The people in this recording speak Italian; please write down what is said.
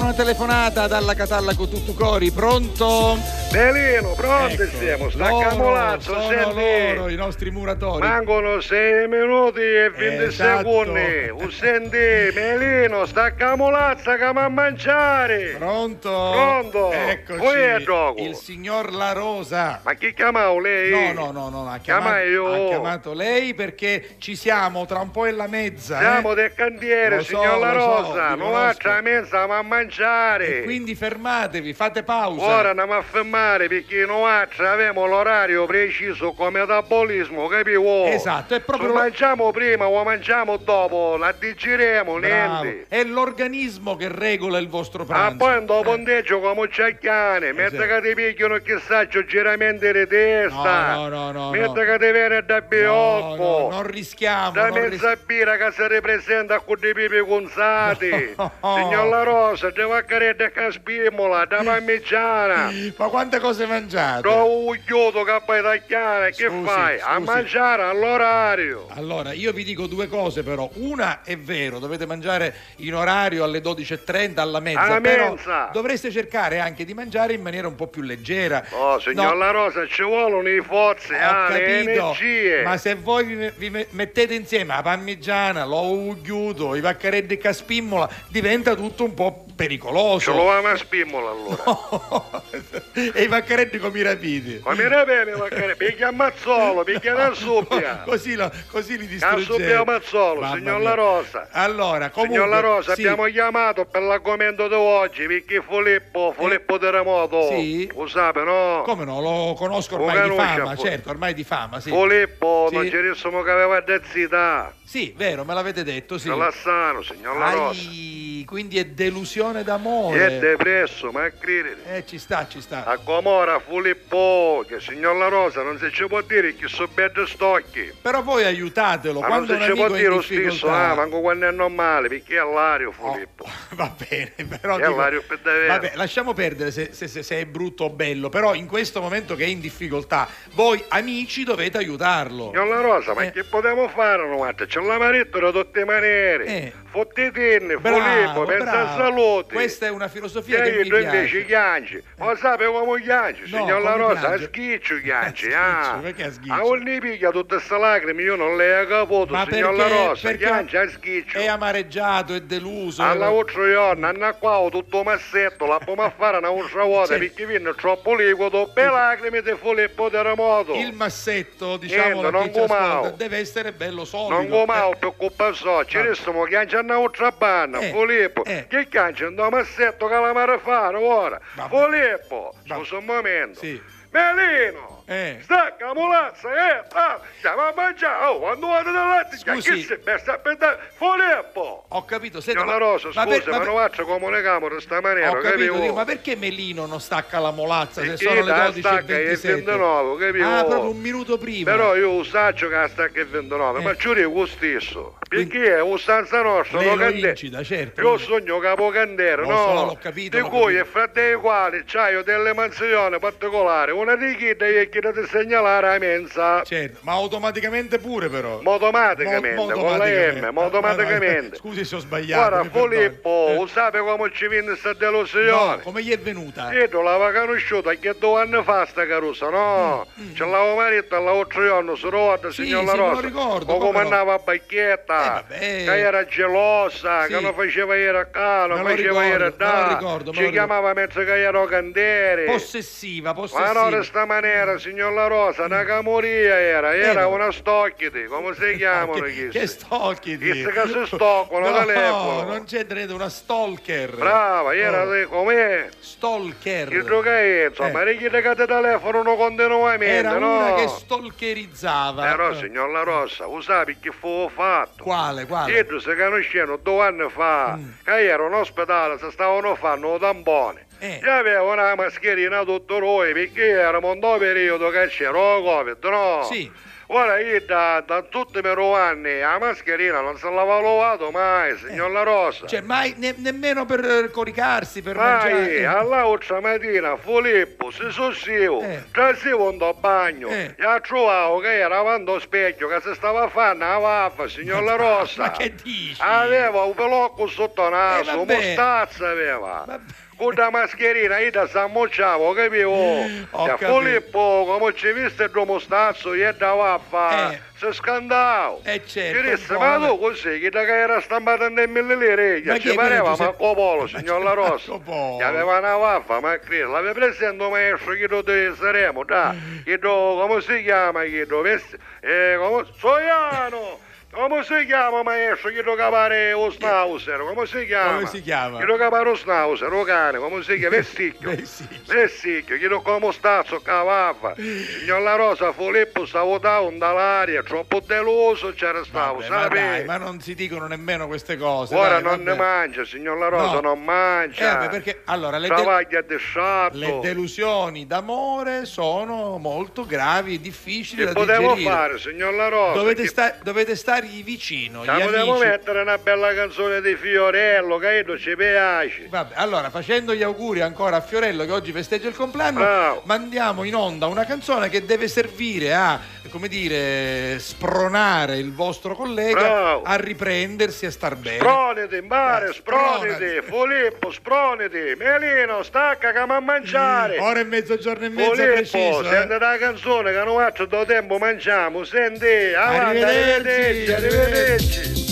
una telefonata dalla Catallaco Tuttucori, pronto? Delino, pronti siamo, stacchiamo Ecco, Loro, l'alzo, sono loro i nostri muratori. Mancano 6 minuti e 20 Esatto. secondi. Oh, Senti, Melino, stacchiamo l'alzo che va a mangiare. Pronto? Pronto? Eccoci. Poi è gioco. Il signor La Rosa. Ma chi chiamavo No, lei? no, no, no, no, ha chiamato, Chiama io. ha chiamato lei perché ci siamo tra un po' e la mezza. Siamo eh? del cantiere, Lo so, signor La lo so, Rosa. vi non conosco. l'altra mensa va a mangiare. E quindi fermatevi, fate pausa. Ora andiamo a fermare perché noi abbiamo l'orario preciso come metabolismo, capivo? Esatto, è proprio Se lo- mangiamo prima o mangiamo dopo, la digeriamo, Bravo. niente. È l'organismo che regola il vostro Ma pranzo. Ah, Eh. poi dopo ponteggio come ciacchiane, mentre che ti picchiano chissà c'ho giramente di testa, No, no, no, no, mentre no. che ti viene da No, biocco, no, non rischiamo. da non ris- mezza birra che si ripresenta con dei pipi gonzati, No. Eh. signor La Rosa, di vaccaretta caspimola, da parmigiana. Ma quante cose mangiate? Trovo un chiodo che vai tagliare, che Scusi, fai? A scusi. mangiare all'orario. Allora, io vi dico due cose però. Una è vero, dovete mangiare in orario alle 12.30 alla mezza, Alla però mensa. dovreste cercare anche di mangiare in maniera un po' più leggera. Oh, signor No, La Rosa, ci vogliono le forze, Ho ah, le capito, energie. ma se voi vi, vi me- mettete insieme la parmigiana, l'ugliuto, i vaccareddi caspimmola, diventa tutto un po' pericoloso. Ce lo vanno a spimmola allora. e i vaccareddi come i rapiti. Come era bene, magari, picchia a mazzolo, picchia la Co- suppia. Ah, Così, lo- così li A distruggete. suppia a mazzolo, Mamma signor mia. La Rosa. Allora, comunque... Signor La Rosa, sì. abbiamo chiamato per l'argomento di oggi, perché Filippo, Filippo Terremoto, Eh? Sì. lo sape, no? Come no, lo conosco Lo ormai di conosce, fama, poi. certo, ormai di fama, sì. Filippo, Sì. non c'erissimo che aveva dezzità. Sì, vero, me l'avete detto, sì. Sì. Lassano, signor La Rosa. Ai, quindi è delusione È d'amore. depresso, ma credere. eh, ci sta, ci sta. A Comora Filippo, che signor La Rosa non si ci può dire chi so bello stocchi. Però voi aiutatelo, Ma non quando si un ci può amico è dire in lo stesso, difficoltà. ah, manco quando è normale, perché è l'ario Oh, Filippo. va bene, però È Mario Pedavera. vabbè, lasciamo perdere se, se- se- se è brutto o bello, però in questo momento che è in difficoltà, voi amici dovete aiutarlo. Signor La Rosa, ma Eh. che potevamo fare no, guarda, C'è la maretta da tutte le maniere. Eh. Fottetene, Filippo, Bravo, pensa bravo. a salute. Questa è una filosofia Che che mi tu piace. Eh. invece chiangi, ma sapete come chiangi, No, signor La come Rosa, a chiangi? schiccio chiangi, A ah. schiccio, perché a schiccio? A ogni piglia tutte queste lacrime io non le ho caputo, Ma signor perché, La Rosa, perché chiangi a schiccio. è amareggiato, è deluso. Alla è- vostra giorno, hanno qua tutto massetto, la bomba a fare una vostra vuota Sì. perché viene troppo liquido, per lacrime di Filippo Terremoto. il massetto, diciamo, Niente, la non gomao. deve essere bello solido. eh. Non comao per colpa so, ci Vabbè. restiamo chianciando un'altra banna, Ah. Eh, Filippo. eh. Che cancia un massetto che la mare fare ora? Vabbè. Filippo, Vabbè. scusa un momento. Sì. Melino! Eh. Stacca mulazza, eh! Ah, stiamo a mangiare, oh, quando vado davanti, Scusi. chi si messa a pensare? Filippo! Ho capito, senta, Signor La Rosa, scusa, ma, per- ma per- non faccio comunicamo in questa maniera, Ho capito, capivo? dico, ma perché Melino non stacca la molazza se Perché sono le la 12 e stacca il 27? 29, capivo? Ah, proprio un minuto prima. Però io lo saggio che la stacca il 29, Eh. ma ci dico lo stesso. Quindi- Perché è usanza nostra, Lei lo lo cande- incita, certo. Io sogno capocandero, Lo no? so, l'ho capito, Di l'ho cui capito. e fra dei quali c'hai delle mansioni particolari, una di chi è che ti segnalare a mensa. Certo, ma automaticamente pure però. Ma automaticamente, Mo- con la automaticamente. M, ma automaticamente. Scusi se ho sbagliato. Guarda, mi perdoni. Filippo, Eh, lo sape come ci viene sta no, delusione? come gli è venuta? Io non l'avevo conosciuta che due anni fa sta carusa, no? Ce l'avevo marito all'altro giorno su rotta, Mm, Sì, signor sì, La me lo Rosa. ricordo, O come come no. andava a Eh, Bacchietta, vabbè. che era gelosa, Sì. che non faceva ieri qua, non Me lo faceva ricordo, ieri me lo là. ricordo, me lo Ci chiamava mezzo che ero candere. Possessiva, possessiva. Ma non in sta maniera, signor La Rosa, una camoria era, era Eh, no. Eh, una stocchiti, come si chiamano che, questi? che stocchi di- Chissà che si stoccano, no, telefono. non c'entra niente, una stalker. Brava, era Oh, lì, com'è? Stalker. Il drogaio, insomma, eh. richiedete telefono non continuamente, Era no? una che stalkerizzava. Però, Eh, signor La Rossa, lo sai perché fu fatto? Quale, quale? Mm. Dietro si conoscevano due anni fa, che ero in ospedale, si stavano facendo tampone. Eh. Io avevo una mascherina tutto noi, perché era un periodo che c'era il oh, Covid, no? Sì. Ora io da, da tutti i miei anni la mascherina non se l'aveva lovato mai, signor La Rosa. Cioè, mai ne- nemmeno per eh, coricarsi, per mangiare. Vai, all'altra mattina Filippo si sossivo, Eh. trasivo andò a bagno, Eh. e ha trovato che era avanti allo specchio, che si stava facendo la vaffa, signor La Rossa. Ma che dici? Aveva un pelocco sotto il Eh, naso, vabbè. mostazza aveva. Vabbè. Con la mascherina io ti s'ammucciavo, capivo? Ho E capito. Filippo, come ci viste il tuo mostazzo, e da vaffa, Eh. si scandava. Eh, certo, Ci disse, un po', ma vabbè." tu così, chi da che era stampata nel mille lire, Ma io chi ci è pareva Giuseppe- Marco Polo, Ma signor chi- La Rossa. Marco Polo? Gli aveva una vaffa, ma credo, l'avevi preso un maestro, chi lo deve saremo, da, Eh. chi lo- come si chiama, chi lo vesti- eh, come, Soiano! Come si chiama maestro chi lo capare lo schnauzer? Come si chiama? Come si chiama? Chi lo capare lo schnauzer, lo cane, come si chiama? Vesticchio. Vesticchio. Vesticchio, chi lo come stazzo cavava. Signor La Rosa, Filippo stavo down dall'aria, troppo deluso c'era stavo, Vabbè, ma, dai, sapevi? ma non si dicono nemmeno queste cose. Ora dai, non ne vabbè. mangia, signor La No. Rosa, non Eh, mangia. vabbè, perché allora le, de- Travaglia di sciatto. le delusioni d'amore sono molto gravi e difficili Che da potevo digerire. fare, signor La Rosa? Dovete, Che sta- dovete stargli vicino, gli Ci potevo amici. mettere una bella canzone di Fiorello, che io ci piace. Vabbè, allora, facendo gli auguri ancora a Fiorello che oggi festeggia il compleanno, Bravo. mandiamo in onda una canzone che deve servire a, come dire, spronare il vostro collega Bravo. a riprendersi e star bene. Sproniti, mare, Eh, sproniti, spronati. Filippo, sproniti, Melino, stacca che mi a mangiare. Ora e mezzogiorno e mezzo è Mm, preciso. Filippo, senti eh. la canzone che non faccio da tempo, mangiamo, senti, avanti, Arrivederci, arrivederci, arrivederci.